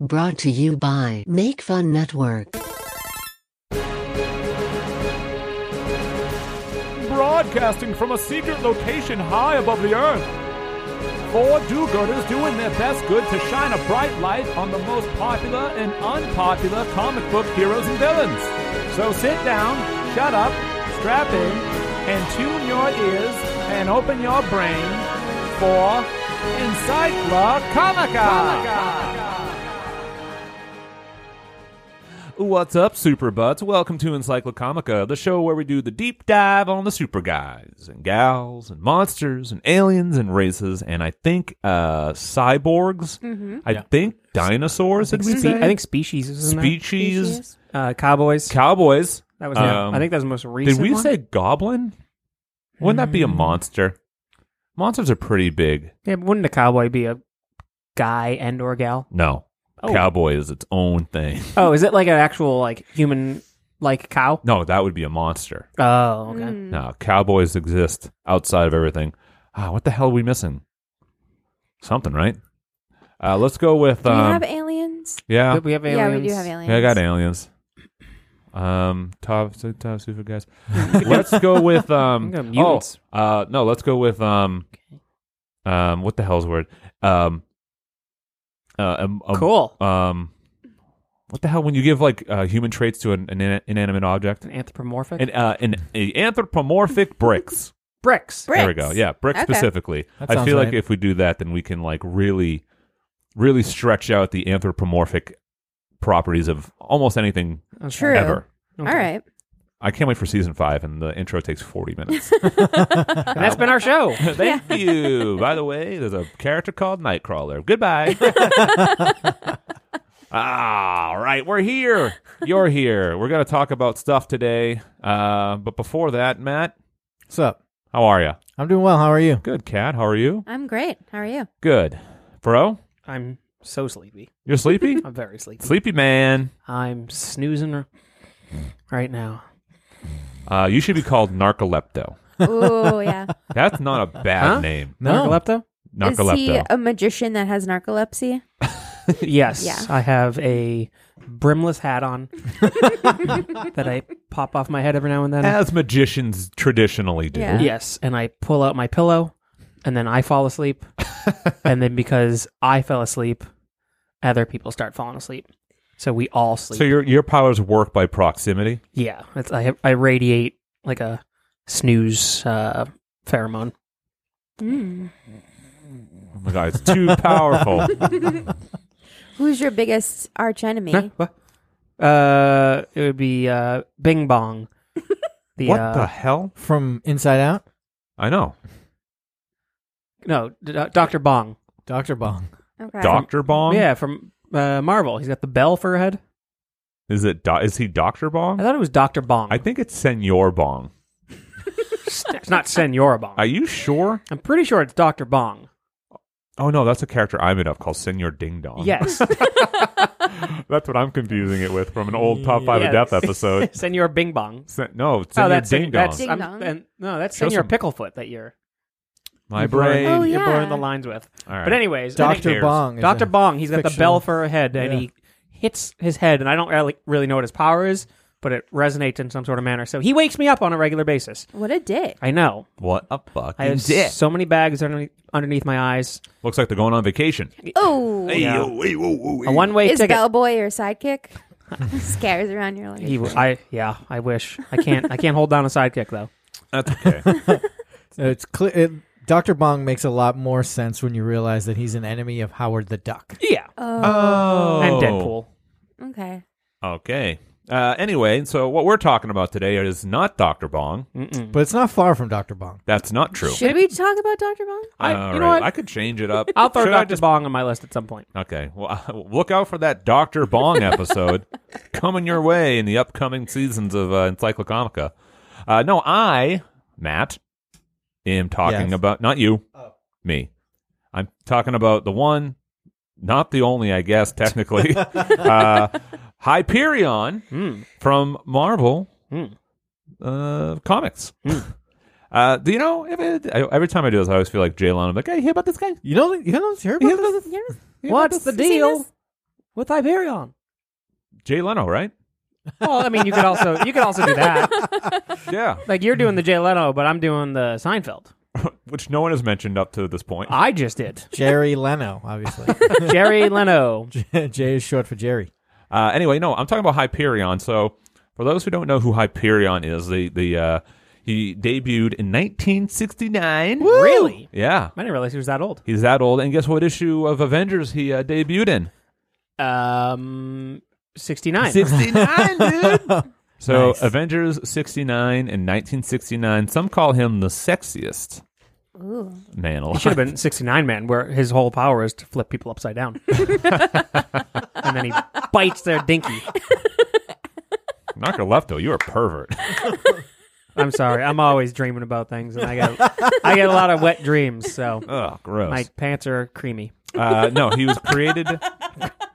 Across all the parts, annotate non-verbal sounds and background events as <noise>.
Brought to you by Make Fun Network. broadcasting from a secret location high above the earth. Four do-gooders doing their best good to shine a bright light on the most popular and unpopular comic book heroes and villains. So sit down, shut up, strap in, and tune your ears and open your brain for Encycla Comica. What's up, Super Butts? Welcome to Encyclocomica, the show where we do the deep dive on the super guys and gals and monsters and aliens and races and I think uh cyborgs. I think dinosaurs. Did we Spe- say? Mm-hmm. I think species is species, Uh, cowboys. cowboys. that was. Um, I think that was the most recent. Did we one. say goblin? Wouldn't that Mm. be a monster? Monsters are pretty big. Yeah, but wouldn't a cowboy be a guy and or gal? No, Oh. cowboy is its own thing. <laughs> Oh, is it like an actual like human like cow? No, that would be a monster. Oh, Mm. okay. Hmm. Mm-hmm. No, cowboys exist outside of everything. Ah, what the hell are we missing? Something, right? Uh, let's go with Do we um, have aliens? yeah, But we have Yeah, aliens. we do have aliens. yeah. I got aliens. Um, top, top super guys. let's go with um. <laughs> I'm gonna mutants. Oh, uh, no, let's go with um. Um, what the hell's the word? Um. Uh, um, um, Cool. Um, what the hell? When you give like uh, human traits to an, an inan- inanimate object, An anthropomorphic. an uh, an a anthropomorphic bricks. bricks. There we go. Yeah, brick Okay. specifically. That I sounds feel like right. if we do that, then we can like really, really stretch out the anthropomorphic properties of almost anything Okay. True. ever. Okay. All right. I can't wait for season five, and the intro takes forty minutes. And that's been our <laughs> show. Thank <laughs> you. By the way, there's a character called Nightcrawler. <laughs> Goodbye. All right, we're here. You're here. We're gonna talk about stuff today. Uh, but before that, Matt, What's up? how are you? I'm doing well. How are you? Good, Cat. How are you? I'm great. How are you? Good, bro. I'm so sleepy. You're sleepy. <laughs> I'm very sleepy. Sleepy man. I'm snoozing r- right now. Uh, you should be called Narcolepto. Ooh, yeah. That's not a bad Huh? name. Narcolepto? Is he Narcolepto. a magician that has narcolepsy? Yes. Yeah. I have a brimless hat on that I pop off my head every now and then. As magicians traditionally do. Yeah. Yes, and I pull out my pillow, and then I <laughs> fall asleep, and then because I fell asleep, other people start falling asleep. So we all sleep. So your your powers work by proximity. yeah, it's, I I radiate like a snooze uh, pheromone. Mm. Oh my god, it's too powerful. Who's your biggest arch enemy? Huh? What? Uh, it would be uh, Bing Bong. <laughs> The, What uh, the hell? From Inside Out, I know. no, uh, Doctor Bong. Doctor Bong. Okay. Doctor Bong. Yeah, from uh, Marvel. He's got the bell for a head. Is it? Do- is he Doctor I Bong? thought it was Doctor Bong. I think it's Senor Bong. it's not Senora Bong. Are you sure? I'm pretty sure it's Doctor Bong. Oh no, that's a character I'm in of called Senor Ding Dong. Yes. <laughs> that's what I'm confusing it with from an old Top Five Yeah. of Death <laughs> episode. Senor Bing Bong. Oh, Sen- no, Senor that's Ding Dong. That's, Ding I'm- Dong. and- no, that's Show Senor some- Picklefoot that you're My you're brain. blurring, Oh, you're yeah. blurring the lines with. All right. But anyways, I think- Doctor cares? Bong. is Doctor a- Bong, he's got the fictional- bell for a head, and Yeah. he hits his head, and I don't really really know what his power is, but it resonates in some sort of manner. So he wakes me up on a regular basis. What a dick. I know. What a fucking I have dick. so many bags underneath, underneath my eyes. Looks like they're going on vacation. Oh. Yeah. yo, hey, whoa, whoa, A one way Is ticket. Bellboy your sidekick? Scares around your leg. He w- I yeah. I wish I can't. I can't hold down a sidekick though. That's <laughs> okay. It's clear. It, Doctor Bong makes a lot more sense when you realize that he's an enemy of Howard the Duck. Yeah. oh. And Deadpool. Okay. Okay. Uh, anyway, so what we're talking about today is not Dr. Bong. Mm-mm. But it's not far from Doctor Bong. That's not true. Should we talk about Dr. Bong? I- All you know right, what? I could change it up. I'll throw Should I Doctor just- Bong on my list at some point. Okay. Well, <laughs> look out for that Dr. Bong episode coming your way in the upcoming seasons of uh, Encyclocomica. Uh, no, I, Matt, am talking Yes. about, not you, me. I'm talking about the one, not the only, I guess, technically, uh, Hyperion Mm. from Marvel Hmm. uh, comics. <laughs> Uh, do you know, if it- I- every time I do this, I always feel like Jay Leno. I'm like, hey, hear about this guy? You know, you don't hear about this? What's the Have you seen deal this? with Hyperion. Jay Leno, right? Well, I mean, you could also you could also do that. Yeah, Like you're doing the Jay Leno, but I'm doing the Seinfeld. which no one has mentioned up to this point. I just did <laughs> Jerry Leno, <laughs> obviously. <laughs> Jerry Leno. Jay is short for Jerry. <laughs> Uh, anyway, no, I'm talking about Hyperion. So, for those who don't know who Hyperion is, the the uh, he debuted in 1969. Really? Yeah, I didn't realize he was that old. he's that old. And guess what issue of Avengers he uh, debuted in? Um, sixty nine. <laughs> 69, dude. So, Nice. Avengers 69 in 1969. Some call him the sexiest Ooh. man He should alive. have been 69 man, where his whole power is to flip people upside down. <laughs> and then he bites their dinky. Knocker Lefto, you're a <laughs> pervert. I'm sorry. I'm always dreaming about things and I got I get a lot of wet dreams, so Ugh, gross. my pants are creamy. Uh, no, he was <laughs> created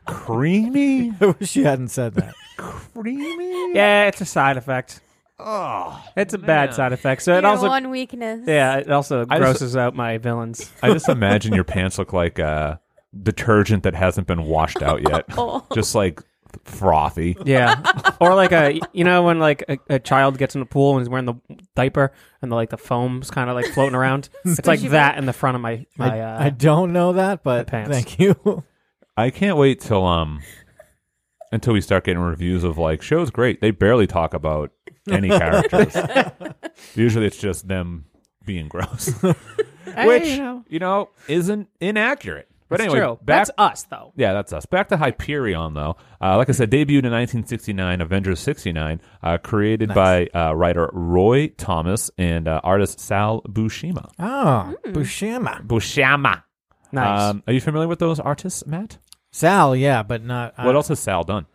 creamy, I wish you hadn't said that. creamy. Yeah, it's a side effect. Oh, It's a bad side effect. So it Your also one weakness. yeah, it also I just- grosses out <laughs> my villains. I just imagine your pants look like uh, detergent that hasn't been washed out <laughs> yet, Oh. just like frothy. Yeah, or like a you know when like a, a child gets in the pool and is wearing the diaper and the, like the foam's kind of like <laughs> floating around. It's like that in the front of my my. I, uh, I don't know that, but pants. thank you. <laughs> I can't wait till um until we start getting reviews of like shows. Great, they barely talk about any <laughs> characters. Usually, it's just them being gross, <laughs> which you know. you know isn't inaccurate. But It's anyway, true. back that's us though. Yeah, that's us. Back to Hyperion, though. Uh, like I said, debuted in 1969, Avengers 69, uh, created by uh, writer Roy Thomas and uh, artist Sal Buscema. Oh, Mm. Buscema. Buscema. Nice. Um, are you familiar with those artists, Matt? Sal, yeah, but not. Uh, what else has Sal done?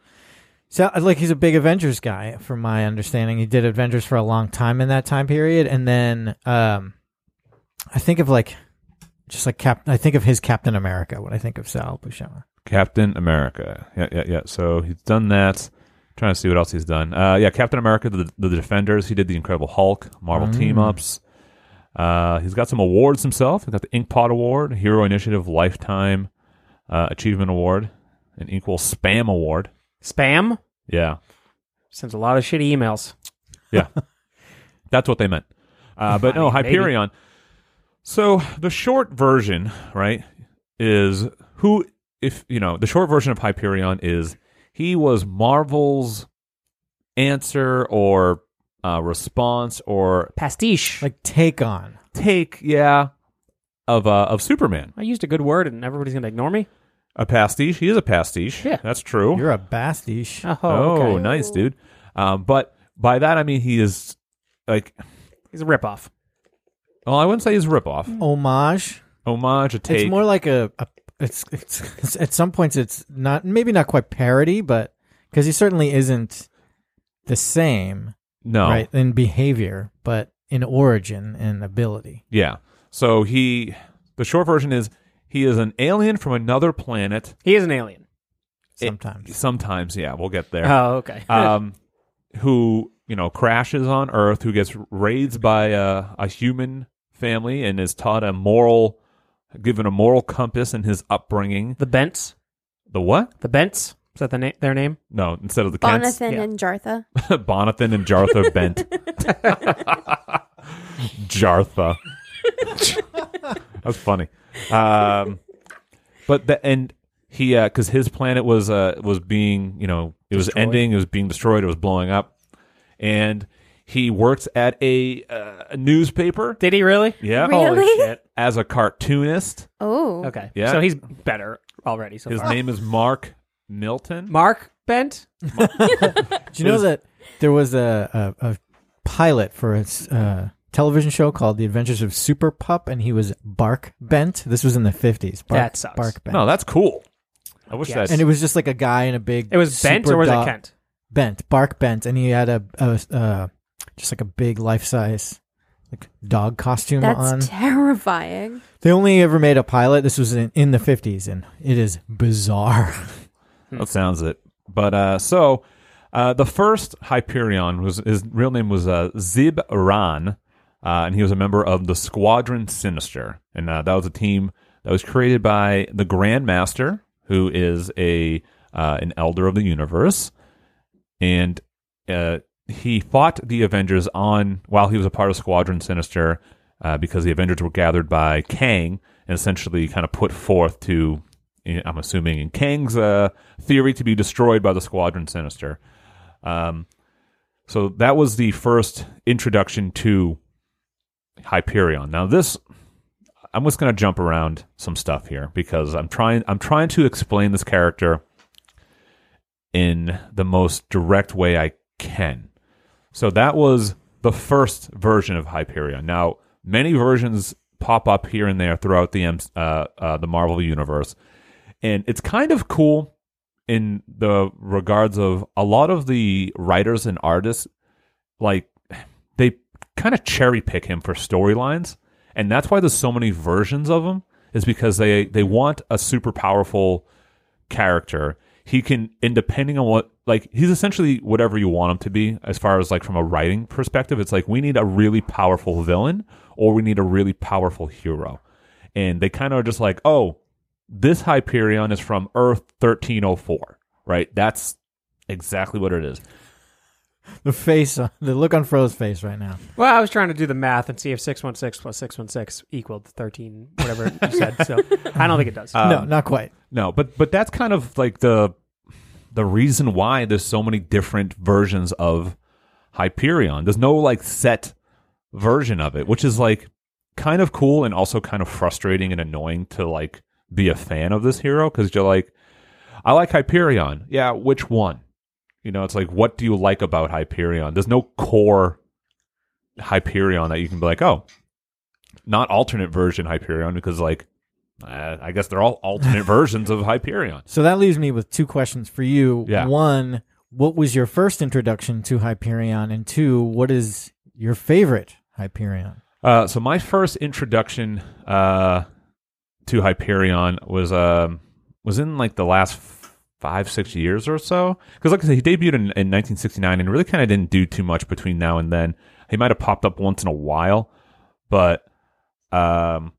Sal, uh, like he's a big Avengers guy, from my understanding. He did Avengers for a long time in that time period, and then um, I think of like just like Cap. I think of his Captain America when I think of Sal Buscema. Captain America. Yeah, yeah, yeah. So he's done that. Trying to see what else he's done. Uh, yeah, Captain America, the, the Defenders. He did the Incredible Hulk, Marvel team ups. Uh, he's got some awards himself. He got the Inkpot Award, Hero Initiative Lifetime uh, Achievement Award, an Equal Spam Award. Spam Yeah, sends a lot of shitty emails. yeah, that's what they meant. <laughs> Uh, but no, mean, maybe. Hyperion. So the short version, right, is who if you know the short version of Hyperion is he was Marvel's answer or uh, response or Pastiche. Like take on. take, yeah, of uh, of Superman. I used a good word and everybody's gonna ignore me. A pastiche. He is a pastiche. Yeah. that's true. You're a bastiche. Oh, oh, okay. nice, dude. Um, but by that I mean he is like. He's a ripoff. Well, I wouldn't say he's a ripoff. Homage. Homage, a take. Mm. It's more like a. a it's, it's, it's at some points it's not maybe not quite parody, but because he certainly isn't the same no, right in behavior, but in origin and ability. yeah. So he, the short version is he is an alien from another planet. He is an alien. It- Sometimes Sometimes, yeah, we'll get there. Oh, okay. um, who you know crashes on Earth, who gets raised by a, a human family and is taught a moral, given a moral compass in his upbringing. the Bents. The what? The Bents. Is that the na- their name? No, instead of the Kents, Bonathan Yeah. and Jartha. <laughs> Bonathan and Jartha Bent. Jartha. That's funny. Um, but the and he because his planet was uh was being you know it was ending it was being destroyed it was blowing up and he works at a, uh, a newspaper Did he really? yeah Oh, Really? Holy shit. as a cartoonist Oh. Okay. Yeah. So he's better already. So his far. name is Mark Milton Mark Bent. Do you know that there was a, a, a pilot for a s- uh, television show called The Adventures of Super Pup, and he was Bark Bent. This was in the fifties. That sucks. Bark Bent. no that's cool I wish Yes. that and it was just like a guy in a big. It was Bent super or was it dog- Kent? Bent, Bark Bent, and he had a, a uh, just like a big life size like dog costume That's on. terrifying. they only ever made a pilot. This was in, in the fifties, and it is bizarre. <laughs> That sounds it. But uh, so uh, the first Hyperion was his real name was uh, Zib Ran, uh, and he was a member of the Squadron Sinister, and uh, that was a team that was created by the Grand Master, who is a uh, an elder of the universe, and uh, he fought the Avengers on while he was a part of Squadron Sinister, uh, because the Avengers were gathered by Kang and essentially kind of put forth to, eh, I'm assuming, in Kang's uh, theory, to be destroyed by the Squadron Sinister. Um, so that was the first introduction to Hyperion. Now this I'm just going to jump around some stuff here because I'm trying I'm trying to explain this character in the most direct way I can. So that was the first version of Hyperion. Now, many versions pop up here and there throughout the M- uh, uh, the Marvel universe, and it's kind of cool in the regards of a lot of the writers and artists, like they kind of cherry pick him for storylines, and that's why there's so many versions of him. Is because they they want a super powerful character. He can, and depending on what, like, he's essentially whatever you want him to be, as far as like from a writing perspective. It's like we need a really powerful villain or we need a really powerful hero. And they kind of are just like, oh, this Hyperion is from Earth 1304, right? That's exactly what it is. The face, on, the look on Fro's face right now. Well, I was trying to do the math and see if 616 plus 616 equaled 13, whatever <laughs> you said. So I don't think it does. Uh, no, not quite. No, but but that's kind of like the the reason why there's so many different versions of Hyperion. There's no like set version of it, which is like kind of cool and also kind of frustrating and annoying to like be a fan of this hero because you're like, I like Hyperion. Yeah, which one? You know, it's like, what do you like about Hyperion? There's no core Hyperion that you can be like, oh, not alternate version Hyperion because like, uh, I guess they're all alternate versions of Hyperion. So that leaves me with two questions for you. Yeah. One, what was your first introduction to Hyperion? And two, what is your favorite Hyperion? Uh, so my first introduction uh, to Hyperion was um, was in like the last f- five six years or so because like I said he debuted in, in 1969 and really kind of didn't do too much between now and then. He might have popped up once in a while, but um,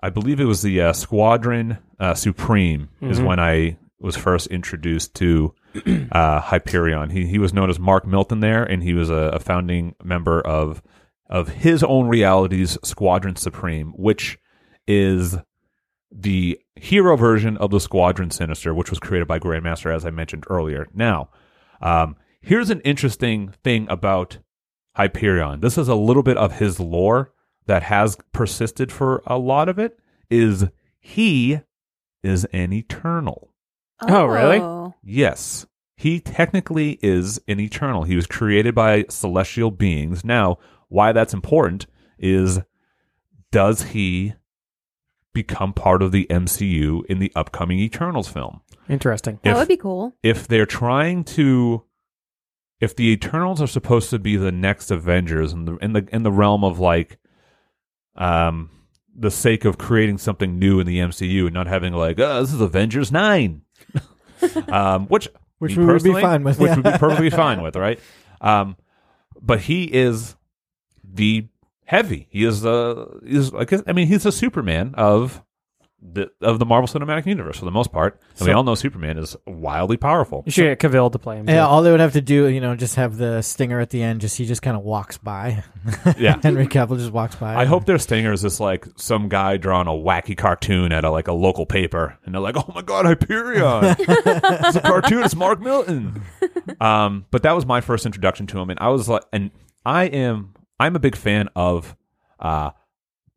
I believe it was the uh, Squadron uh, Supreme is when I was first introduced to <clears throat> uh, Hyperion. He he was known as Mark Milton there, and he was a, a founding member of of his own reality's Squadron Supreme, which is the hero version of the Squadron Sinister, which was created by Grandmaster, as I mentioned earlier. Now, um, here's an interesting thing about Hyperion. This is a little bit of his lore that has persisted for a lot of it. Is he is an eternal? Oh, really? Yes. He technically is an eternal. He was created by celestial beings. Now, why that's important is does he become part of the MCU in the upcoming Eternals film? Interesting. That If- would be cool. if they're trying to if the Eternals are supposed to be the next Avengers in the in the in the realm of like um the sake of creating something new in the MCU and not having like oh this is Avengers 9 um which Which me we would be personally- fine with, which yeah. would be <laughs> perfectly fine with right um but he is the heavy he is the he is I guess I mean he's the Superman of the of the Marvel Cinematic Universe for the most part and we So- all know Superman is wildly powerful You should get Cavill to play him. too. Yeah, all they would have to do, you know, just have the stinger at the end. Just he just kind of walks by. <laughs> Yeah. Henry Cavill just walks <laughs> by. I <laughs> hope their stinger is just like some guy drawing a wacky cartoon at a, like a local paper, and they're like, "Oh my god, Hyperion! it's a cartoonist, Mark Milton." Um, but that was my first introduction to him, and I was like, and I am I'm a big fan of uh,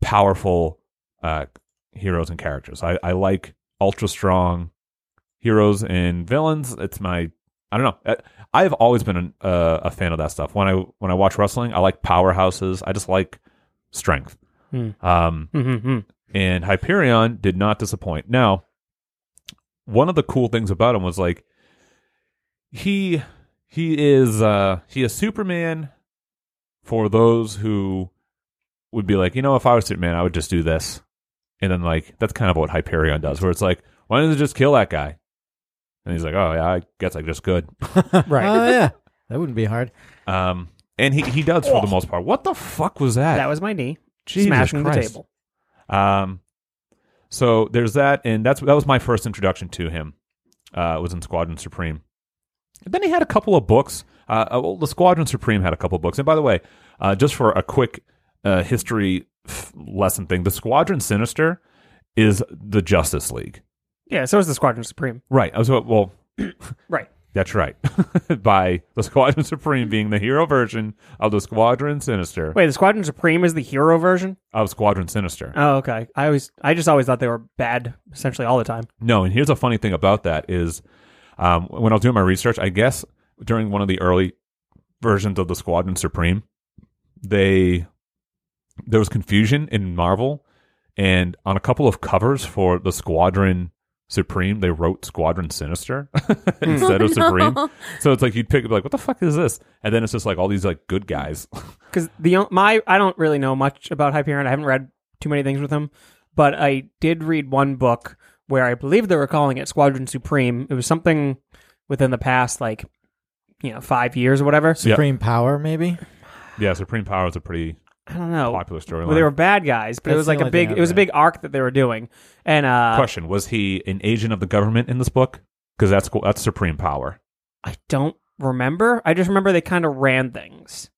powerful uh, heroes and characters. I, I like ultra strong heroes and villains. It's my I don't know. I, I've always been an, uh, a fan of that stuff. When I when I watch wrestling, I like powerhouses. I just like strength. Hmm. Um, Mhm, mhm. <laughs> and Hyperion did not disappoint. Now, one of the cool things about him was like he he is uh he is Superman for those who would be like, you know, if I was Superman, I would just do this. And then like that's kind of what Hyperion does, where it's like, why doesn't it just kill that guy? And he's like, Oh yeah, I guess I just could. Right. Uh, Oh yeah, that wouldn't be hard. Um and he, he does for the most part. What the fuck was that? That was my knee Jesus smashing the Christ. table. Um, so there's that, and that's that was my first introduction to him. uh, was in Squadron Supreme. And then he had a couple of books. Uh, uh, well, the Squadron Supreme had a couple of books. And by the way, uh, just for a quick uh, history f- lesson thing, the Squadron Sinister is the Justice League. Yeah, so is the Squadron Supreme. Right. I was well. Right. That's right. <laughs> By the Squadron Supreme being the hero version of the Squadron Sinister Wait, the Squadron Supreme is the hero version? of Squadron Sinister. Oh, okay. I always I just always thought they were bad essentially all the time. No, and here's a funny thing about that is um, when I was doing my research, I guess during one of the early versions of the Squadron Supreme, they there was confusion in Marvel, and on a couple of covers for the Squadron Supreme, they wrote Squadron Sinister <laughs> instead <laughs> of Supreme. So it's like you'd pick up like, what the fuck is this? And then it's just like all these like good guys. <laughs> Cuz the o- my I don't really know much about Hyperion. I haven't read too many things with him, but I did read one book where I believe they were calling it Squadron Supreme. It was something within the past like you know, 5 years or whatever. Yeah. Supreme power, maybe. yeah, Supreme Power is a pretty I don't know. popular storyline. Oh, Well, they were bad guys, but it That's was the like a only thing big I've it was a read. big arc that they were doing. And uh Question: Was he an agent of the government in this book? Because that's that's Supreme Power. I don't remember. I just remember they kind of ran things,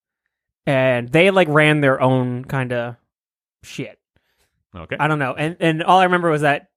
and they like ran their own kind of shit. Okay. I don't know. And and all I remember was that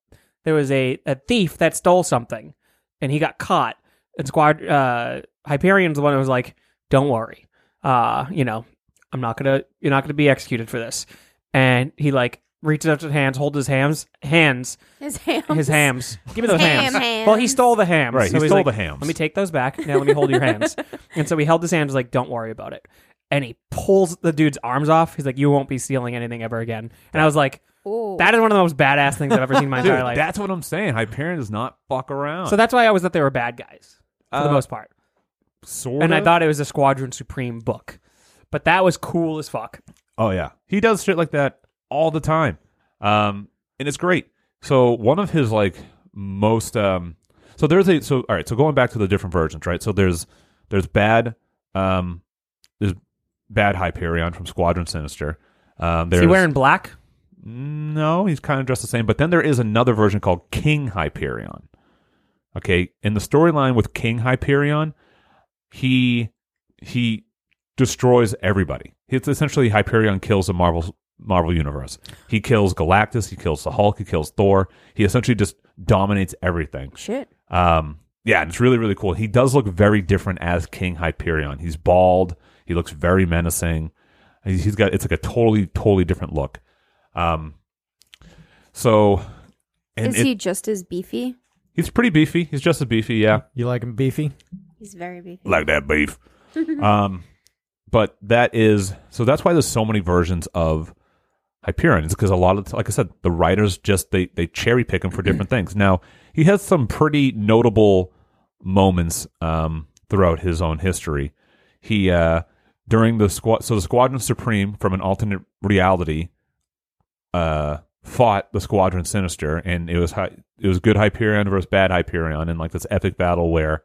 there was a, a thief that stole something, and he got caught. And Squad uh, Hyperion's the one who was like, "Don't worry, uh, you know, I'm not gonna you're not gonna be executed for this." And he like reaches out to his hands, holds his hams, hands, His ham. his hams. Give me those Oh, Ham hams. hands. Well, he stole the hams. Right, he he's stole like, the hams. Let me take those back. Now let me hold your <laughs> hands. And so he held his hands like, don't worry about it. And he pulls the dude's arms off. He's like, you won't be stealing anything ever again. And I was like, Ooh. that is one of the most badass things I've ever seen in <laughs> my Dude, entire life. that's what I'm saying. Hyperion does not fuck around. so that's why I always thought they were bad guys for the Uh, most part. sort And I thought it was a Squadron Supreme book. But that was cool as fuck. oh yeah, he does shit like that all the time, um, and it's great. So one of his like most, um, so there's a so all right. So going back to the different versions, right? So there's there's bad, um, there's bad Hyperion from Squadron Sinister. Um, Is there's he wearing black? No, he's kind of dressed the same. But then there is another version called King Hyperion. Okay, in the storyline with King Hyperion, he he destroys everybody. It's essentially Hyperion kills the Marvel Marvel universe. He kills Galactus. He kills the Hulk. He kills Thor. He essentially just dominates everything. Shit. Um, yeah, and it's really really cool. He does look very different as King Hyperion. He's bald. He looks very menacing. He's he's got it's like a totally totally different look. Um, so and Is it- he just as beefy? he's pretty beefy. He's just as beefy. Yeah, You like him beefy? He's very beefy. <laughs> like that beef. um, but that is so that's why there's so many versions of Hyperion. It's because a lot of like I said, the writers just they they cherry pick him for different things. Now he has some pretty notable moments um, throughout his own history. He uh, during the squad, so the Squadron Supreme from an alternate reality uh, fought the Squadron Sinister, and it was hy it was good Hyperion versus bad Hyperion in like this epic battle where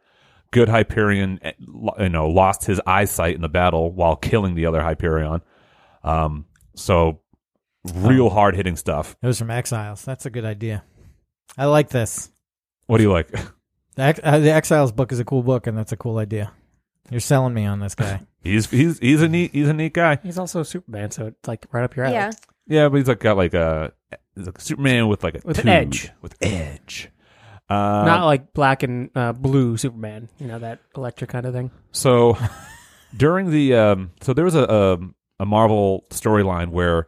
good Hyperion eh, lo- you know lost his eyesight in the battle while killing the other Hyperion. Um, so real Oh. hard hitting stuff. It was from Exiles. That's a good idea. I like this. What do you like? <laughs> The, Ex- uh, the Exiles book is a cool book, and that's a cool idea. You're selling me on this guy. He's he's he's a neat he's a neat guy. He's also Superman, so it's like right up your alley. Yeah. Yeah, but he's like got like a he's like Superman with like a With an tube, edge. with edge. Uh, Not like black and uh, blue Superman, you know, that electric kind of thing. So during the um, so there was a a, a Marvel storyline where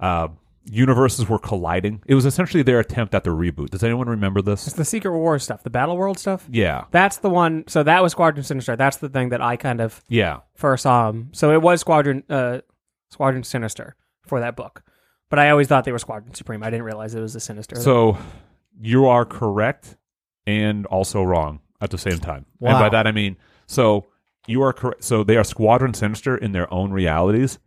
uh, universes were colliding. It was essentially their attempt at the reboot. Does anyone remember this? It's the Secret War stuff, the Battle World stuff. Yeah, That's the one. So that was Squadron Sinister. That's the thing that I kind of yeah, first saw him. So it was Squadron uh, Squadron Sinister for that book. But I always thought they were Squadron Supreme. I didn't realize it was the Sinister. So you are correct and also wrong at the same time. And Wow. by that I mean so you are correct. So they are Squadron Sinister in their own realities.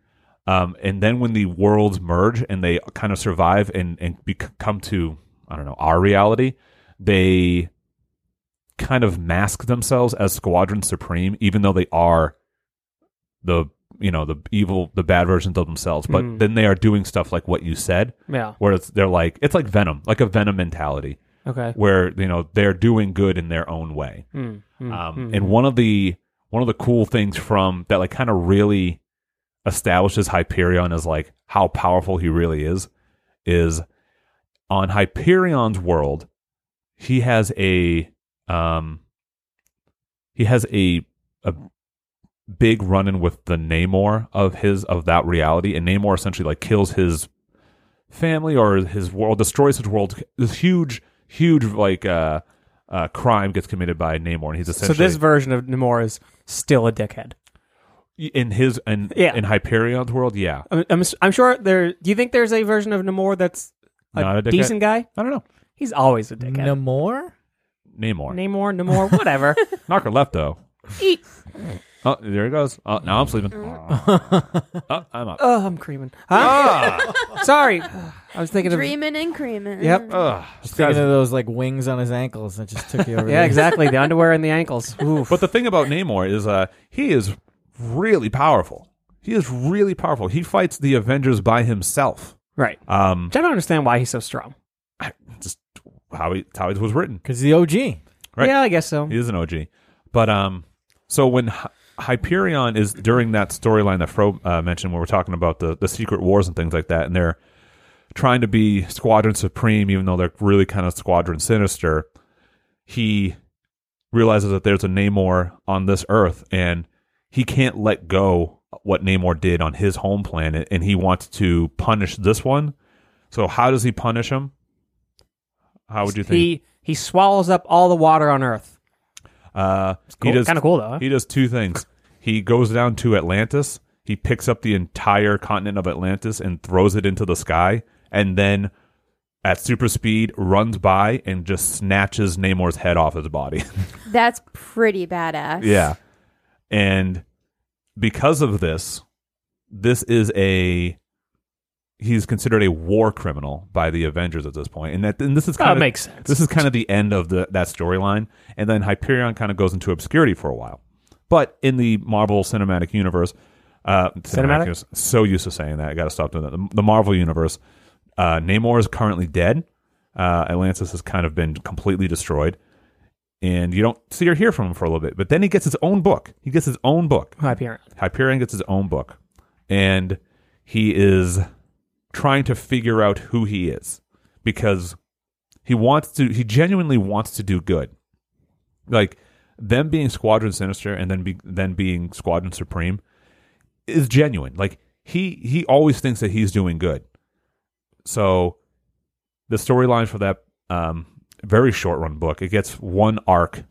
Um, and then when the worlds merge and they kind of survive and and bec- come to I don't know our reality, they kind of mask themselves as Squadron Supreme, even though they are the you know the evil the bad versions of themselves. But Mm. then they are doing stuff like what you said, yeah, where it's they're like it's like venom like a venom mentality Okay. where you know they're doing good in their own way. Mm, mm, Um, mm. And one of the one of the cool things from that like kind of really establishes Hyperion as like how powerful he really is is on Hyperion's world he has a um he has a a big run in with the Namor of his of that reality and Namor essentially like kills his family or his world destroys his world this huge huge like uh uh, crime gets committed by Namor, and he's so essentially this version of Namor is still a dickhead. in his in, Yeah. in Hyperion's world, yeah. I'm, I'm, s- I'm sure there. Do you think there's a version of Namor that's a, Not a dickhead? decent guy? I don't know. He's always a dickhead. No more. Namor. Namor, Namor, whatever. Knocker left though. Eat. Oh, there he goes. Oh, now I'm sleeping. Oh, Mm. I'm <laughs> up. oh, I'm creaming. Huh? Ah. <laughs> Sorry, I was thinking of. Dreaming and creaming. Yep. Ugh. This Thinking guy's- of those like wings on his ankles that just took you <laughs> over. Yeah, the- exactly. The underwear and the ankles. <laughs> Oof. But the thing about Namor is uh, he is really powerful. He is really powerful. He fights the Avengers by himself. Right. Um, Which I don't understand why he's so strong. just how he how it was written. Because the OG. Right. Yeah, I guess so. He is an OG. But um, so when Hy- Hyperion is during that storyline that Fro uh, mentioned, when we're talking about the the secret wars and things like that, and they're trying to be Squadron Supreme, even though they're really kind of Squadron Sinister, he realizes that there's a Namor on this Earth, and he can't let go what Namor did on his home planet, and he wants to punish this one. So how does he punish him? How would you think? He he swallows up all the water on Earth. uh, Cool. He does kind of cool though. huh? he does two things. He goes down to Atlantis. He picks up the entire continent of Atlantis and throws it into the sky, and then at super speed runs by and just snatches Namor's head off his body. <laughs> That's pretty badass. yeah. And because of this, this is a he's considered a war criminal by the Avengers at this point. And that and this is kind That of makes sense. this is kind of the end of the that storyline, and then Hyperion kind of goes into obscurity for a while. But in the Marvel Cinematic Universe, uh, Cinematic? Universe- so used to saying that I got to stop doing that. The, the Marvel Universe, uh, Namor is currently dead. Uh, Atlantis has kind of been completely destroyed, and you don't see or hear from him for a little bit. But then he gets his own book. He gets his own book. Hyperion. Hyperion gets his own book, and he is trying to figure out who he is because he wants to. He genuinely wants to do good. Like them being Squadron Sinister and then be, then being Squadron Supreme is genuine. Like he he always thinks that he's doing good. So the storyline for that um, very short run book it gets one arc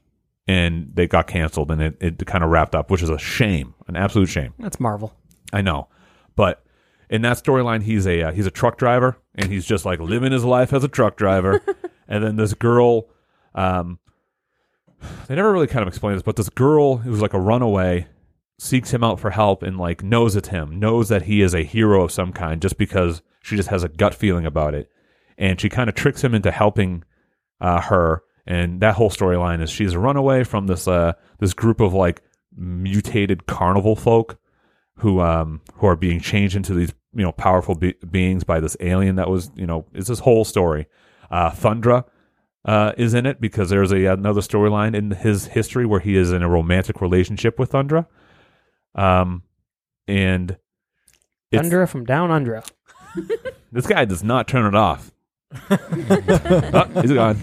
and they got canceled and it, it kind of wrapped up which is a shame an absolute shame That's Marvel. i know but in that storyline he's a uh, he's a truck driver and he's just like living his life as a truck driver and then this girl um, they never really kind of explain this but this girl who's like a runaway seeks him out for help and like knows it's him knows that he is a hero of some kind just because she just has a gut feeling about it and she kind of tricks him into helping uh, her. And that whole storyline is she's a runaway from this uh, this group of like mutated carnival folk who um who are being changed into these you know powerful be- beings by this alien that was you know it's this whole story. Uh, Thundra uh, is in it because there's a another storyline in his history where he is in a romantic relationship with Thundra. Um, and it's- Thunder from down under. this guy does not turn it off. oh, he's gone.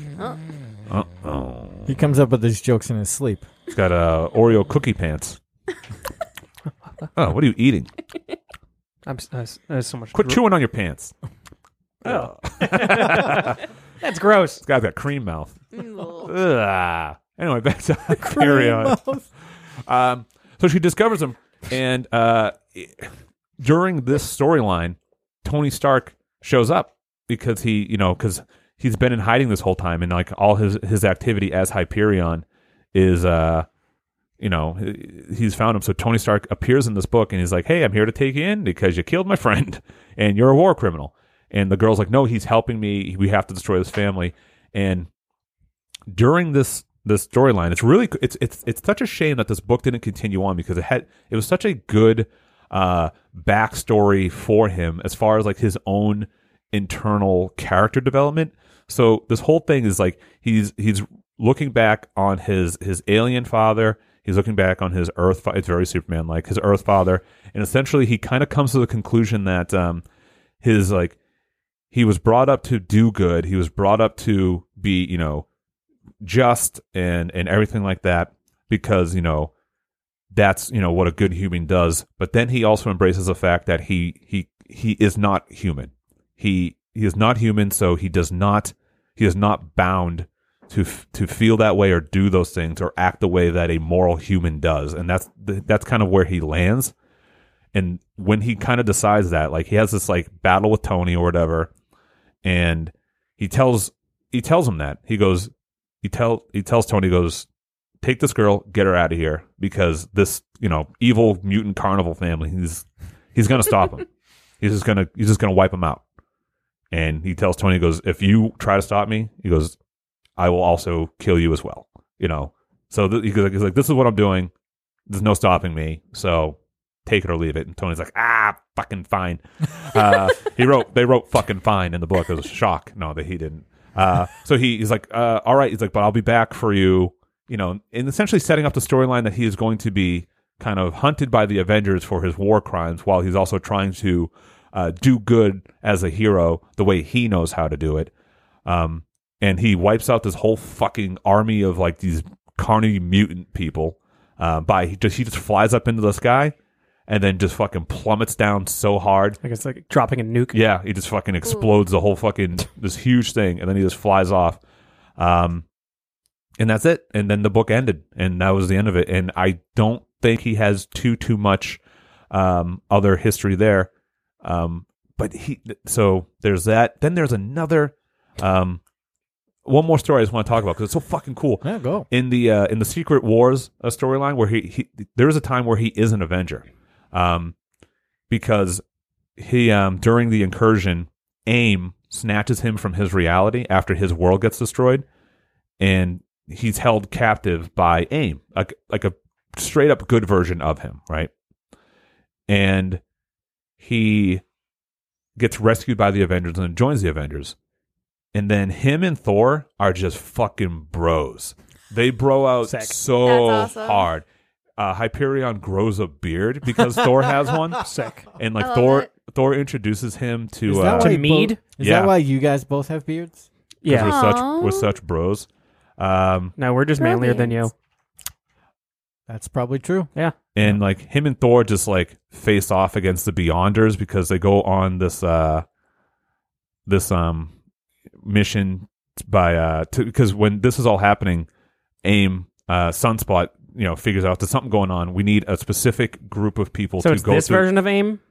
Uh-oh. He comes up with these jokes in his sleep. He's got uh, Oreo cookie pants. Oh, what are you eating? I'm s- I s- there's so much. Quit gro- chewing on your pants. Oh. That's gross. This guy's got cream mouth. Mm. Ugh. Anyway, <laughs> back to Hyperion. Um, so she discovers him, and uh, during this storyline, Tony Stark shows up because he, you know, because he's been in hiding this whole time, and like all his his activity as Hyperion is, uh, you know, he- he's found him. So Tony Stark appears in this book, and he's like, "Hey, I'm here to take you in because you killed my friend, and you're a war criminal." And the girl's like, "No, he's helping me. We have to destroy this family." And during this this storyline it's really it's it's it's such a shame that this book didn't continue on because it had it was such a good uh backstory for him as far as like his own internal character development So this whole thing is like he's he's looking back on his his alien father. He's looking back on his Earth. Fa- it's very Superman like his Earth father, and essentially he kind of comes to the conclusion that um, his like he was brought up to do good. He was brought up to be you know just and and everything like that because you know that's you know what a good human does but then he also embraces the fact that he he he is not human he he is not human so he does not he is not bound to f- to feel that way or do those things or act the way that a moral human does and that's the, that's kind of where he lands and when he kind of decides that like he has this like battle with Tony or whatever and he tells he tells him that he goes he tell he tells Tony he goes take this girl get her out of here because this you know evil mutant carnival family he's he's gonna stop him he's just gonna he's just gonna wipe him out and he tells Tony he goes if you try to stop me he goes I will also kill you as well you know so th- he goes, he's like this is what I'm doing there's no stopping me so take it or leave it and Tony's like ah fucking fine uh, he wrote they wrote fucking fine in the book it was a shock no that he didn't uh, so he, he's like, uh, all right. He's like, but I'll be back for you. You know, and essentially setting up the storyline that he is going to be kind of hunted by the Avengers for his war crimes, while he's also trying to uh, do good as a hero the way he knows how to do it. Um, and he wipes out this whole fucking army of like these carny mutant people. Uh, by he just he just flies up into the sky, and then just fucking plummets down so hard Like it's like dropping a nuke. yeah, he just fucking explodes the whole fucking this huge thing, and then he just flies off. Um, and that's it. And then the book ended, and that was the end of it. And I don't think he has too too much um, other history there. Um, but he so there's that. Then there's another um, one more story I just want to talk about because it's so fucking cool Yeah, go. in the uh, in the Secret Wars uh, storyline where he, he there is a time where he is an Avenger, um, because he um, during the incursion, AIM snatches him from his reality after his world gets destroyed, and he's held captive by AIM, like like a straight up good version of him, right? And he gets rescued by the Avengers and joins the Avengers. And then him and Thor are just fucking bros. They bro out Sick. so That's awesome. hard. Uh, Hyperion grows a beard because Thor has one. <laughs> Sick. And I like love Thor, it. Thor introduces him Is to that uh, why To you Mead? both- is Yeah. that why you guys both have beards? because Yeah. we're such Aw. we're such bros. Um, No, we're just manlier than you. Brilliant. That's probably true. and like him and Thor just like face off against the Beyonders because they go on this uh this um mission by uh because when this is all happening, AIM uh Sunspot you know figures out there's something going on. We need a specific group of people So to it's go this through. version of AIM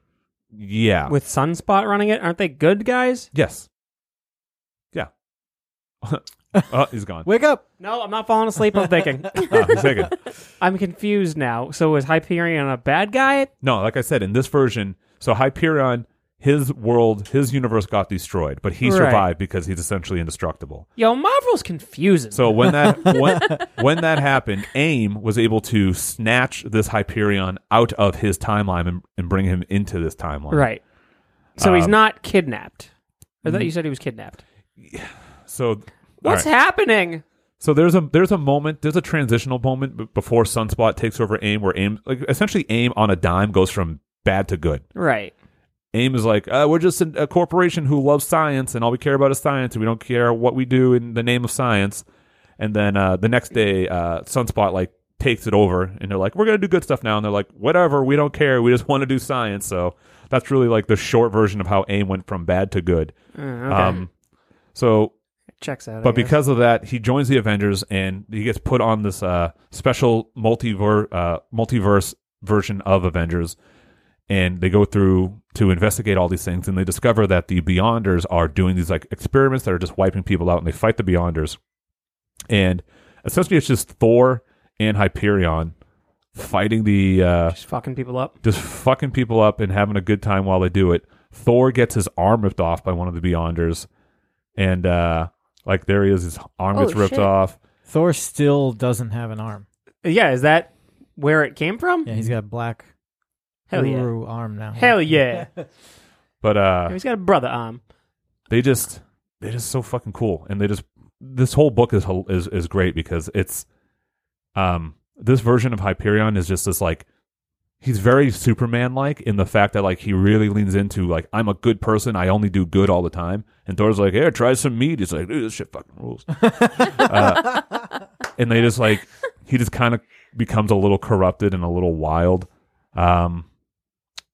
Yeah. with Sunspot running it. Aren't they good guys? yes. Yeah. <laughs> oh, he's <laughs> gone. Wake up. No, I'm not falling asleep. I'm thinking. Oh, he's taken. <laughs> I'm confused now. So is Hyperion a bad guy? No, like I said, in this version, so Hyperion, his world, his universe got destroyed, but he Right. survived because he's essentially indestructible. Yo, Marvel's confusing. So when that when, <laughs> when that happened, AIM was able to snatch this Hyperion out of his timeline and, and bring him into this timeline. right. So he's Um, not kidnapped. I thought you said he was kidnapped. So What's all right. happening? so there's a there's a moment there's a transitional moment b- before Sunspot takes over AIM where AIM like essentially AIM on a dime goes from bad to good. Right. AIM is like, uh, we're just a, a corporation who loves science, and all we care about is science, and we don't care what we do in the name of science. And then uh, the next day, uh, Sunspot like takes it over, and they're like, we're gonna do good stuff now, and they're like, whatever, we don't care, we just <laughs> want to do science. So that's really like the short version of how AIM went from bad to good. Uh, okay. Um, so Checks out. I but guess. because of that, he joins the Avengers and he gets put on this uh, special multiver- uh, multiverse version of Avengers. And they go through to investigate all these things, and they discover that the Beyonders are doing these like experiments that are just wiping people out, and they fight the Beyonders. And essentially, it's just Thor and Hyperion fighting the uh, just fucking people up. just fucking people up and having a good time while they do it. Thor gets his arm ripped off by one of the Beyonders, and uh, like there he is, his arm Oh, gets ripped shit. off. Thor still doesn't have an arm. Yeah, is that where it came from? Yeah, he's got a black Hell yeah. Uru arm now. Hell yeah. But uh, He's got a brother arm. they just it is so fucking cool, and they just this whole book is hel- is is great because it's um this version of Hyperion is just this like he's very Superman like in the fact that like he really leans into like I'm a good person, I only do good all the time, and Thor's like here try some meat, he's like dude this shit fucking rules, Uh, and they just like he just kind of becomes a little corrupted and a little wild. Um,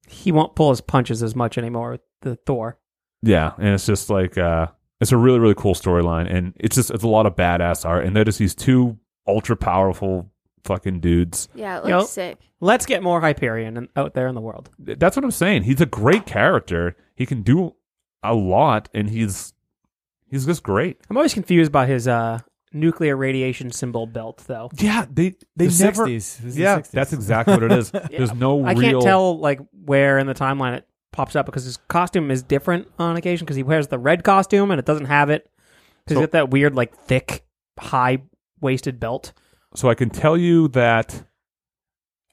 He won't pull his punches as much anymore with the Thor. Yeah, and it's just like uh it's a really really cool storyline, and it's just it's a lot of badass art, and they're just these two ultra powerful fucking dudes. Yeah, it Yep. looks sick. Let's get more Hyperion in- out there in the world. That's what I'm saying. He's a great character. He can do a lot, and he's he's just great. I'm always confused by his uh, nuclear radiation symbol belt, though. Yeah, they they the never. 60s. It was the Yeah, 60s. that's exactly what it <laughs> is. There's no I real. can't tell like where in the timeline it pops up because his costume is different on occasion because he wears the red costume and it doesn't have it. So- 'Cause he's got that weird like thick high waisted belt. So I can tell you that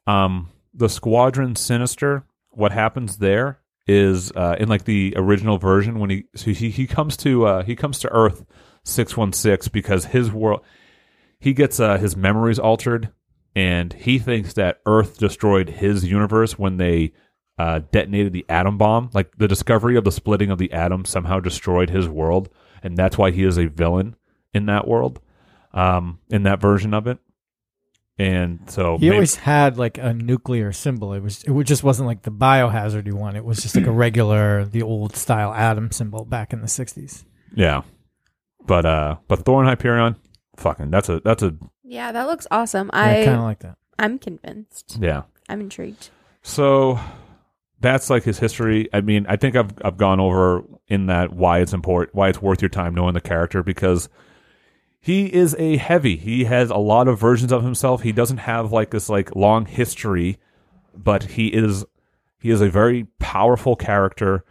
um the squadron sinister what happens there is uh in like the original version when he so he he comes to uh he comes to earth 616 because his world he gets uh his memories altered and he thinks that earth destroyed his universe when they uh, detonated the atom bomb like the discovery of the splitting of the atom somehow destroyed his world and that's why he is a villain in that world um in that version of it and so He maybe- always had like a nuclear symbol. It was it wa- just wasn't like the biohazardy one. It was just like a regular, the old style atom symbol back in the sixties. Yeah. But uh but Thor and Hyperion, fucking that's a that's a Yeah, that looks awesome. Yeah, I I kind of like that. I'm convinced. yeah. I'm intrigued. So that's like his history. I mean, I think I've I've gone over in that why it's important why it's worth your time knowing the character because he is a heavy. He has a lot of versions of himself. He doesn't have like this like long history, but he is he is a very powerful character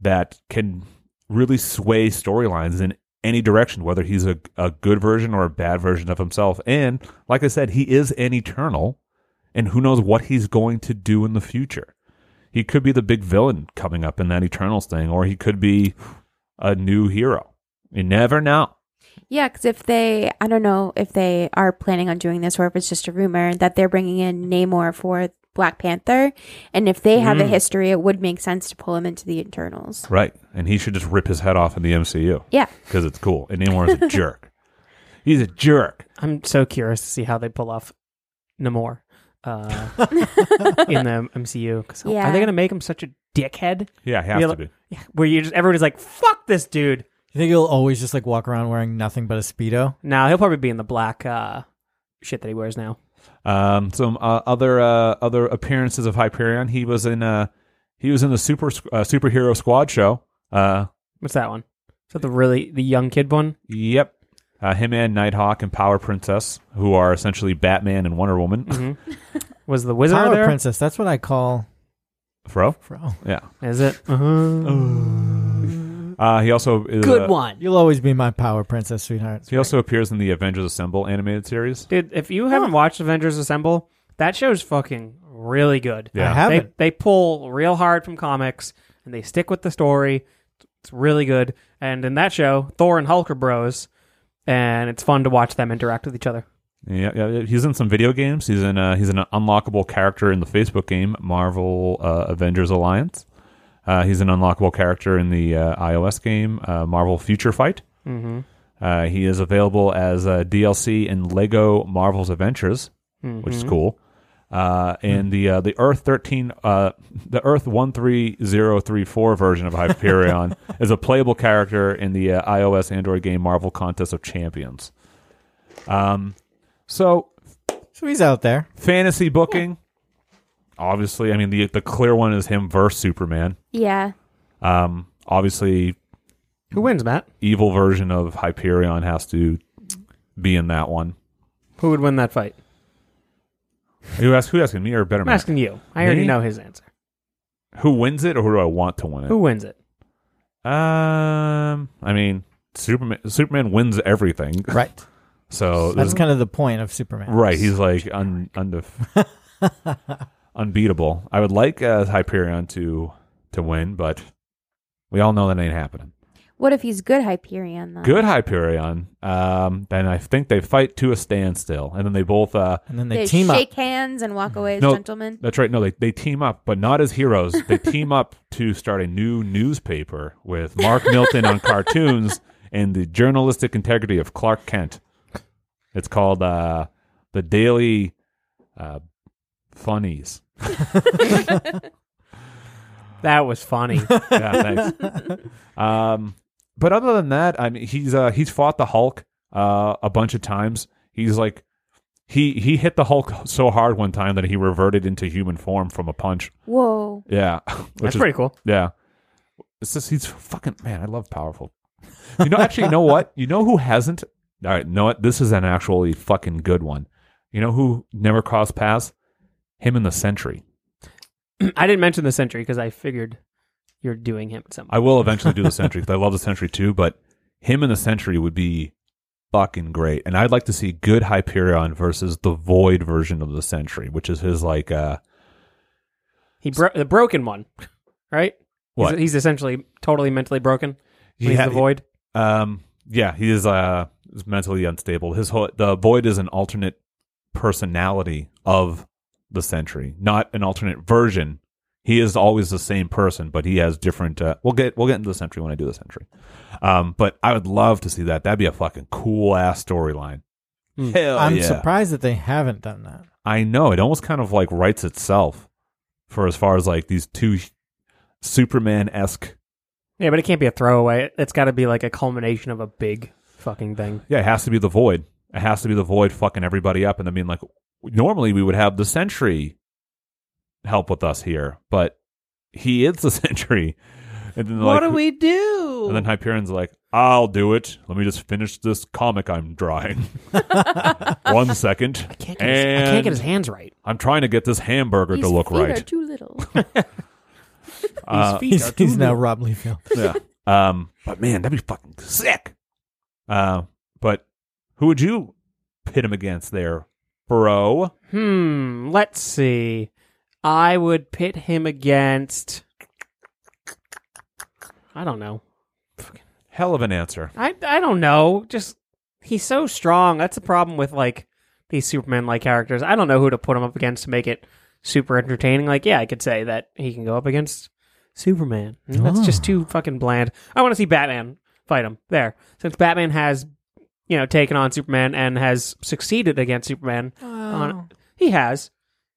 that can really sway storylines in any direction, whether he's a, a good version or a bad version of himself. And like I said, he is an eternal, and who knows what he's going to do in the future. He could be the big villain coming up in that Eternals thing, or he could be a new hero. You never know. Yeah, because if they, I don't know if they are planning on doing this or if it's just a rumor that they're bringing in Namor for Black Panther, and if they Mm. have a history, it would make sense to pull him into the internals. Right. And he should just rip his head off in the MCU Yeah, because it's cool. And Namor is a jerk. He's a jerk. I'm so curious to see how they pull off Namor uh, in the MCU. 'Cause Yeah. Are they going to make him such a dickhead? Yeah, he has Yeah, to like- be. Where you just everybody's like, "Fuck this dude." You think he'll always just like walk around wearing nothing but a speedo? Now he'll probably be in the black uh, shit that he wears now. Um, some uh, other uh, other appearances of Hyperion. He was in uh he was in the super uh, superhero squad show. Uh, What's that one? Is that the really the young kid one? yep, uh, him and Nighthawk and Power Princess, who are essentially Batman and Wonder Woman. <laughs> <laughs> Was the wizard Mm-hmm. Power there? Is princess. That's what I call. Fro, Fro. yeah. <laughs> it? Uh-huh. Uh, he also is uh, Good one, <sighs> You'll always be my power princess, sweetheart. He also appears in the Avengers Assemble animated series. dude. If you haven't watched Avengers Assemble, that show's fucking really good. Yeah. I They haven't. they pull real hard from comics and they stick with the story. It's really good. And in that show, Thor and Hulk are bros, and it's fun to watch them interact with each other. Yeah, yeah, he's in some video games. He's in uh, he's an unlockable character in the Facebook game Marvel uh, Avengers Alliance. Uh, he's an unlockable character in the uh, iOS game uh, Marvel Future Fight. Mm-hmm. Uh, he is available as uh, DLC in Lego Marvel's Adventures, which is cool. Uh, and the uh, the Earth thirteen, uh, the Earth one three zero three four version of Hyperion is a playable character in the uh, iOS Android game Marvel Contest of Champions. Um, so So he's out there. fantasy booking, obviously. I mean, the the clear one is him versus Superman. yeah. Um, obviously, Who wins, Matt? evil version of Hyperion has to be in that one. Who would win that fight? You ask who asking me or better I'm man? asking you. I already Me? know his answer. Who wins it or who do I want to win it? Who wins it? Um, I mean, Superman. Superman wins everything, Right. so <laughs> That's this- kind of the point of Superman. right. <laughs> He's like un, undef- unbeatable. I would like uh, Hyperion to to win, but we all know that ain't happening. What if he's good Hyperion though? Uh-huh. Good Hyperion. Um, then I think they fight to a standstill, and then they both. Uh, And then They, they, team shake up. hands and walk away as No. gentlemen. that's right. No, they they team up, but not as heroes. They team up to start a new newspaper with Mark Milton on cartoons and the journalistic integrity of Clark Kent. It's called uh, the Daily uh, Funnies. That <laughs> was funny. yeah, thanks. um, but other than that, I mean, he's uh, he's fought the Hulk uh, a bunch of times. He's like he he hit the Hulk so hard one time that he reverted into human form from a punch. Whoa. Yeah, <laughs> That's pretty cool. <clears throat> Yeah, it's just he's fucking man. I love powerful. You know, actually, you know what? You know who hasn't? All right, you know what? This is an actually fucking good one. You know who never crossed paths? Him and the Sentry. I didn't mention the Sentry because I figured you're doing him some. I will eventually do the Sentry because I love the Sentry too, but him and the Sentry would be fucking great. And I'd like to see good Hyperion versus the Void version of the Sentry, which is his like uh He bro- the broken one, right? What? He's, he's essentially totally mentally broken. He's Yeah, the void. um yeah, he is uh is mentally unstable. His whole the Void is an alternate personality of the Sentry, not an alternate version. He is always the same person, but he has different. Uh, we'll get we'll get into the Sentry when I do the Sentry. Um, but I would love to see that. That'd be a fucking cool ass storyline. Mm. Hell I'm yeah. surprised that they haven't done that. <laughs> I know it almost kind of like writes itself for as far as like these two Superman esque. Yeah, but it can't be a throwaway. It's got to be like a culmination of a big fucking thing. Yeah, it has to be the void. It has to be the void fucking everybody up. And I mean, like normally we would have the Sentry help with us here, but he is the <laughs> Sentry. And then like, we do? And then Hyperion's like, "I'll do it. Let me just finish this comic I'm drawing. <laughs> One second. I can't, get his, I can't get his hands right. I'm trying to get this hamburger His to look feet right. Are too little. Uh, He's, he's now Rob Liefeld. yeah. Um, but man, that'd be fucking sick. Uh, but who would you pit him against there, bro? Hmm. Let's see. I would pit him against. I don't know. Hell of an answer. I I don't know. Just he's so strong. That's the problem with like these Superman like characters. I don't know who to put him up against to make it super entertaining. Like, yeah, I could say that he can go up against Superman. Mm, That's just Ah. too fucking bland. I want to see Batman fight him there, since Batman has you know taken on Superman and has succeeded against Superman. On, he has.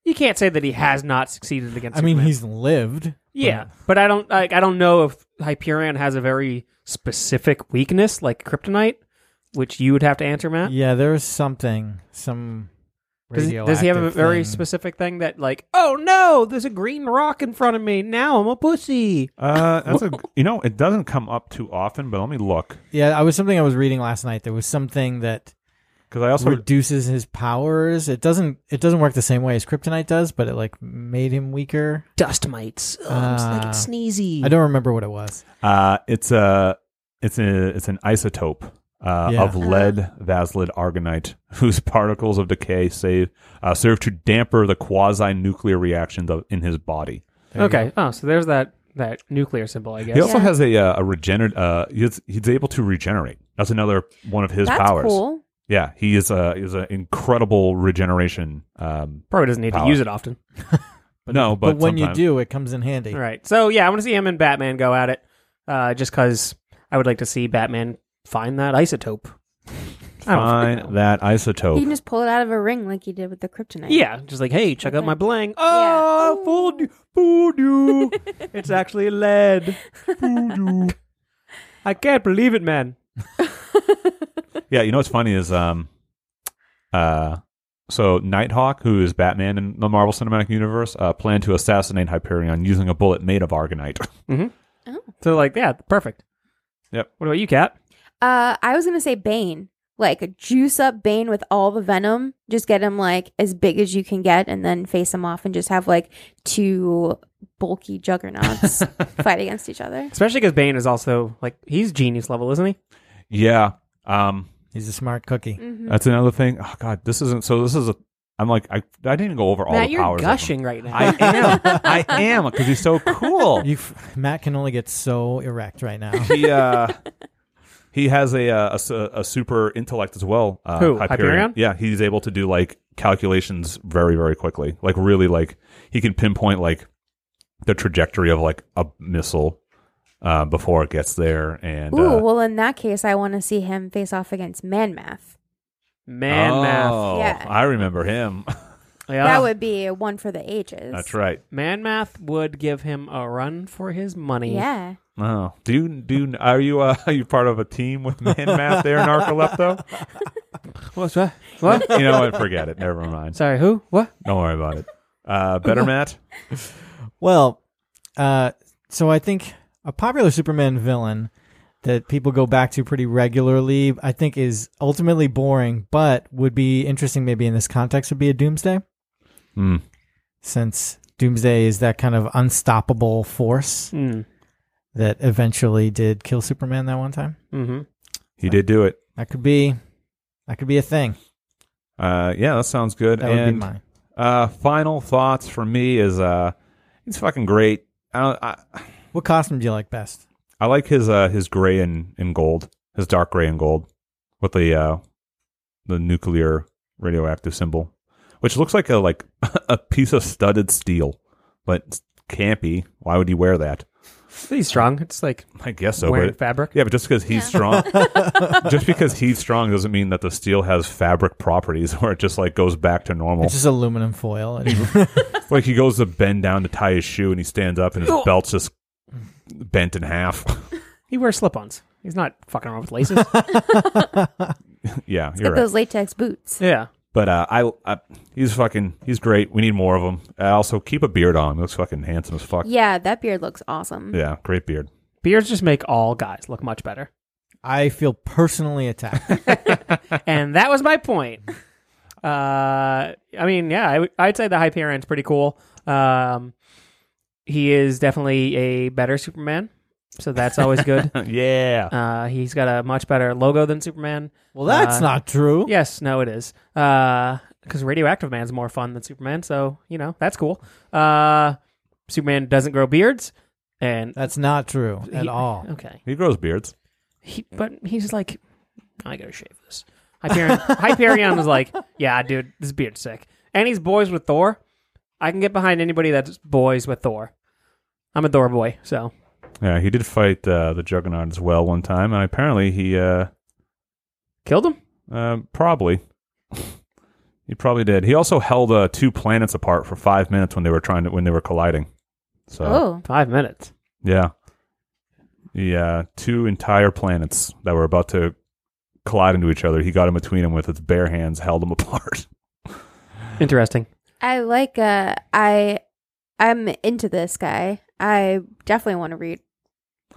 You can't say that he has not succeeded against. I mean, Superman. he's lived. Yeah, but I don't like. I don't know if Hyperion has a very specific weakness like Kryptonite, which you would have to answer, Matt. Yeah, there's something. Some. Does, he- does he have a radioactive very thing. specific thing that like, oh no, there's a green rock in front of me. Now I'm a pussy. Uh, that's a you know it doesn't come up too often, but let me look Yeah, I was something I was reading last night. There was something that because I also reduces his powers. It doesn't. It doesn't work the same way as kryptonite does, but it like made him weaker. Dust mites. Oh, Uh, like it's sneezy. I don't remember what it was. uh, it's a it's a it's an isotope uh, Yeah. of lead vaslid argonite <laughs> whose particles of decay save uh, serve to damper the quasi nuclear reactions of, in his body. There you okay. Oh, so there's that that nuclear symbol, I guess. He also Yeah. has a uh, a regenerate. Uh, he's, he's able to regenerate. That's another one of <laughs> his That's powers. cool. Yeah, he is a is an incredible regeneration. Um, Probably doesn't need Power. to use it often. no, But, Oh, but, when you sometimes- do, it comes in handy. All right. So yeah, I want to see him and Batman go at it, uh, just because I would like to see Batman find that isotope. I don't fucking know. find that He can isotope. just pull it out of a ring like he did with the kryptonite. Yeah, just like hey, check out my bling. Yeah. Oh, fooled you, fooled <laughs> you. it's actually lead. I can't believe it, man. yeah, you know what's funny is um, uh, so Nighthawk, who is Batman in the Marvel Cinematic Universe, uh, planned to assassinate Hyperion using a bullet made of argonite. <laughs> So like, yeah, perfect. Yep. What about you, Kat? Uh, I was gonna say Bane. Like juice up Bane with all the venom. Just get him like as big as you can get, and then face him off, and just have like two <laughs> bulky juggernauts fight against each other. Especially because Bane is also like he's genius level, isn't he? yeah. Um, He's a smart cookie. hmm That's another thing. Oh God, this isn't. So this is a I'm like, I, I didn't even go over all Matt, the you're powers. of him. gushing right <laughs> now. I am. I am because he's so cool. You f- Matt can only get so erect <laughs> right now. he uh, he has a, uh, a s- a super intellect as well. Uh, Who? Hyperion? Yeah, he's able to do like calculations very very quickly. Like really, like he can pinpoint like the trajectory of like a missile uh, before it gets there. And Ooh, uh, well, in that case, I want to see him face off against Man Math. Man oh, math. Yeah. I remember him. <laughs> Oh. Yeah. That would be a one for the ages. That's right. Man math would give him a run for his money. Yeah. Oh, do you, do you- are you uh, <laughs> are you part of a team with Man Math there, Narcolepto? What's what? What? you know what? Forget it. Never mind. Sorry, who? What? Don't worry about it. Uh, better Matt. Well, uh, so I think a popular Superman villain that people go back to pretty regularly, I think, is ultimately boring, but would be interesting maybe in this context would be a Doomsday, Hmm. since Doomsday is that kind of unstoppable force Hmm. Mm. that eventually did kill Superman that one time. hmm He did do it. That could be, that could be a thing. Uh, yeah, that sounds good. That would be and mine. uh, final thoughts for me is uh, he's fucking great. I, don't- I What costume do you like best? I like his uh, his gray and, and gold, his dark gray and gold with the uh, the nuclear radioactive symbol, which looks like a like <laughs> a piece of studded steel, but it's campy. Why would he wear that? He's strong. It's like I guess so. wearing But fabric. yeah, but just because he's strong, just because he's strong doesn't mean that the steel has fabric properties <laughs> where it just like goes back to normal. It's just aluminum foil. And Like he goes to bend down to tie his shoe, and he stands up, and his Oh. belt's just bent in half. <laughs> He wears slip-ons. He's not fucking around with laces. yeah, Get you're right. those latex boots. yeah. but uh, I, I, he's fucking, he's great. We need more of him. Uh, also, keep a beard on. He looks fucking handsome as fuck. Yeah, Yeah, that beard looks awesome. great beard. Beards just make all guys look much better. <laughs> I feel personally attacked. and that was my point. Uh, I mean, yeah, I would I'd say the Hyperion's pretty cool. Um, he is definitely a better Superman, so that's always good. yeah, Uh, he's got a much better logo than Superman. Well, that's Uh, not true. Yes, no, it is. Because Radioactive Man's more fun than Superman, so you know that's cool. Uh, Superman doesn't grow beards, and That's not true at He- <laughs> all. okay, he grows beards. he, but he's like, I gotta shave this. Hyperion, <laughs> Hyperion was like, yeah, dude, this beard's sick, and he's boys with Thor. I can get behind anybody that's boys with Thor. I'm a Thor boy, so Yeah, he did fight uh, the Juggernaut as well one time, and apparently he, uh, killed him. uh, probably, <laughs> he probably did. He also held uh, two planets apart for five minutes when they were trying to when they were colliding. So. Oh, Five minutes. Yeah. Yeah. Two entire planets that were about to collide into each other. He got in between them with his bare hands, held them <laughs> apart. Interesting. I like. Uh, I I'm into this guy. I definitely want to read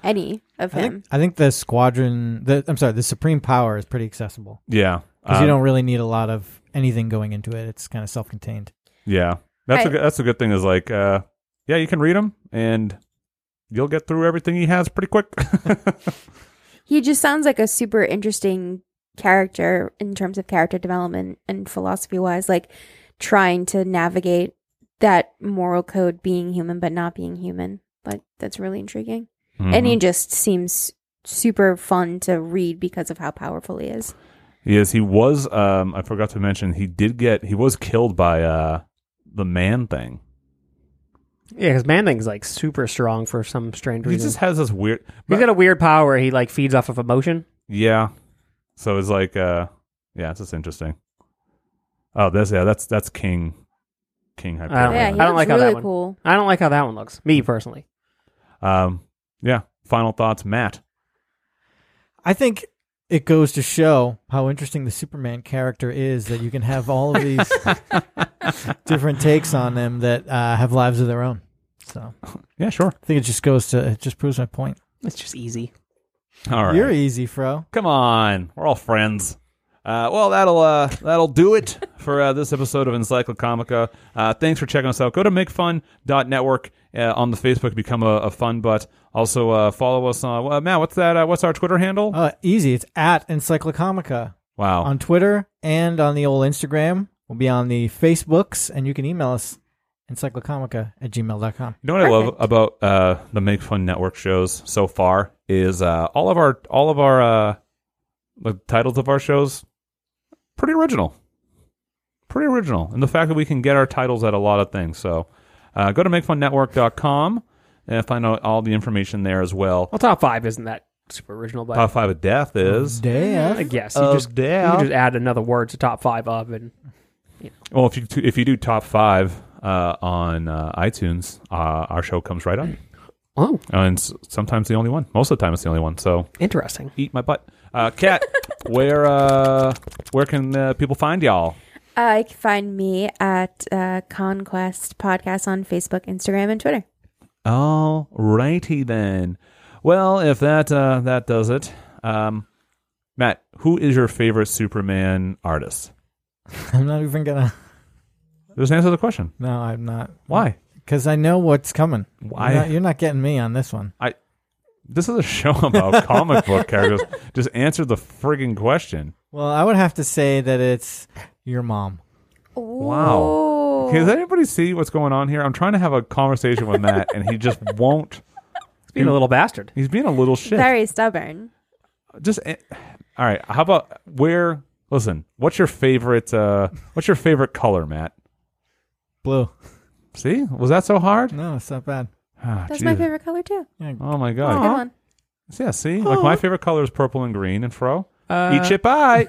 any of I think, him. I think the squadron, the, I'm sorry, the supreme power is pretty accessible Yeah. because Um, you don't really need a lot of anything going into it. It's kind of self-contained. Yeah. That's a I- good, that's a good thing is like, uh, yeah, you can read him and you'll get through everything he has pretty quick. <laughs> Mm-hmm. He just sounds like a super interesting character in terms of character development and philosophy wise, like trying to navigate that moral code being human but not being human. Like that's really intriguing. And Mm-hmm. he just seems super fun to read because of how powerful he is. Yes, he was. Um, I forgot to mention he did get he was killed by uh the man thing. Yeah, because Man Thing's like super strong for some strange He reason. just has this weird. He's got a weird power. Where he like feeds off of emotion. Yeah. So it's like uh yeah, it's just interesting. Oh, that's yeah, that's that's King King don't Yeah, Hyperion. he I don't looks like how that really one- cool. I don't like how that one looks. Me personally, Um yeah, final thoughts, Matt. I think it goes to show how interesting the Superman character is that you can have all <laughs> of these different takes on them that uh, have lives of their own. So I Yeah, sure. think it just goes to it just proves my point. it's just easy. All right. You're easy, Fro. Come on. We're all friends. Uh, well, that'll uh, that'll do it for uh, this episode of Encyclocomica. Uh, thanks for checking us out. Go to makefun.network uh, on the Facebook, become a, a fun butt. Also, uh, follow us on uh, Matt. What's that? Uh, what's our Twitter handle? Uh, easy. It's at Encyclocomica wow, on Twitter and on the old Instagram. We'll be on the Facebooks, and you can email us encyclocomica at gmail.com. You know what I love about uh, the Make Fun Network shows so far is uh, all of our all of our uh, the titles of our shows pretty original, pretty original, and the fact that we can get our titles at a lot of things. So uh, go to makefunnetwork.com and find out all the information there as well. Well, top five isn't that super original, but Top five of death is I Death. guess you Of just you death. can just add another word to top five of, and well if you if you do top five uh, on uh, iTunes, uh, our show comes right up, oh, and s- sometimes the only one. Most of the time, it's the only one. So interesting. eat my butt. Uh, Kat, where uh, where can uh, people find y'all? Uh, you can find me at uh, Conquest Podcast on Facebook, Instagram, and Twitter. All righty then. Well, if that uh, that does it, um, Matt, who is your favorite Superman artist? I'm not even going to. Just answer the question. No, I'm not. Why? Because I know what's coming. Why? You're not, you're not getting me on this one. This is a show <laughs> about comic book characters. Just answer the friggin' question. Well, I would have to say that it's your mom. Wow. Can anybody see what's going on here? I'm trying to have a conversation with Matt, and he just <laughs> won't. Being a little bastard. He's being a little shit. Very stubborn. just eh, all right how about where listen what's your favorite uh what's your favorite color matt Blue. see was that so hard No, it's not bad. Ah, That's Jesus. my favorite color too. oh my That's a god good one. yeah see like my favorite color is purple and green and fro Uh, <laughs> eat your pie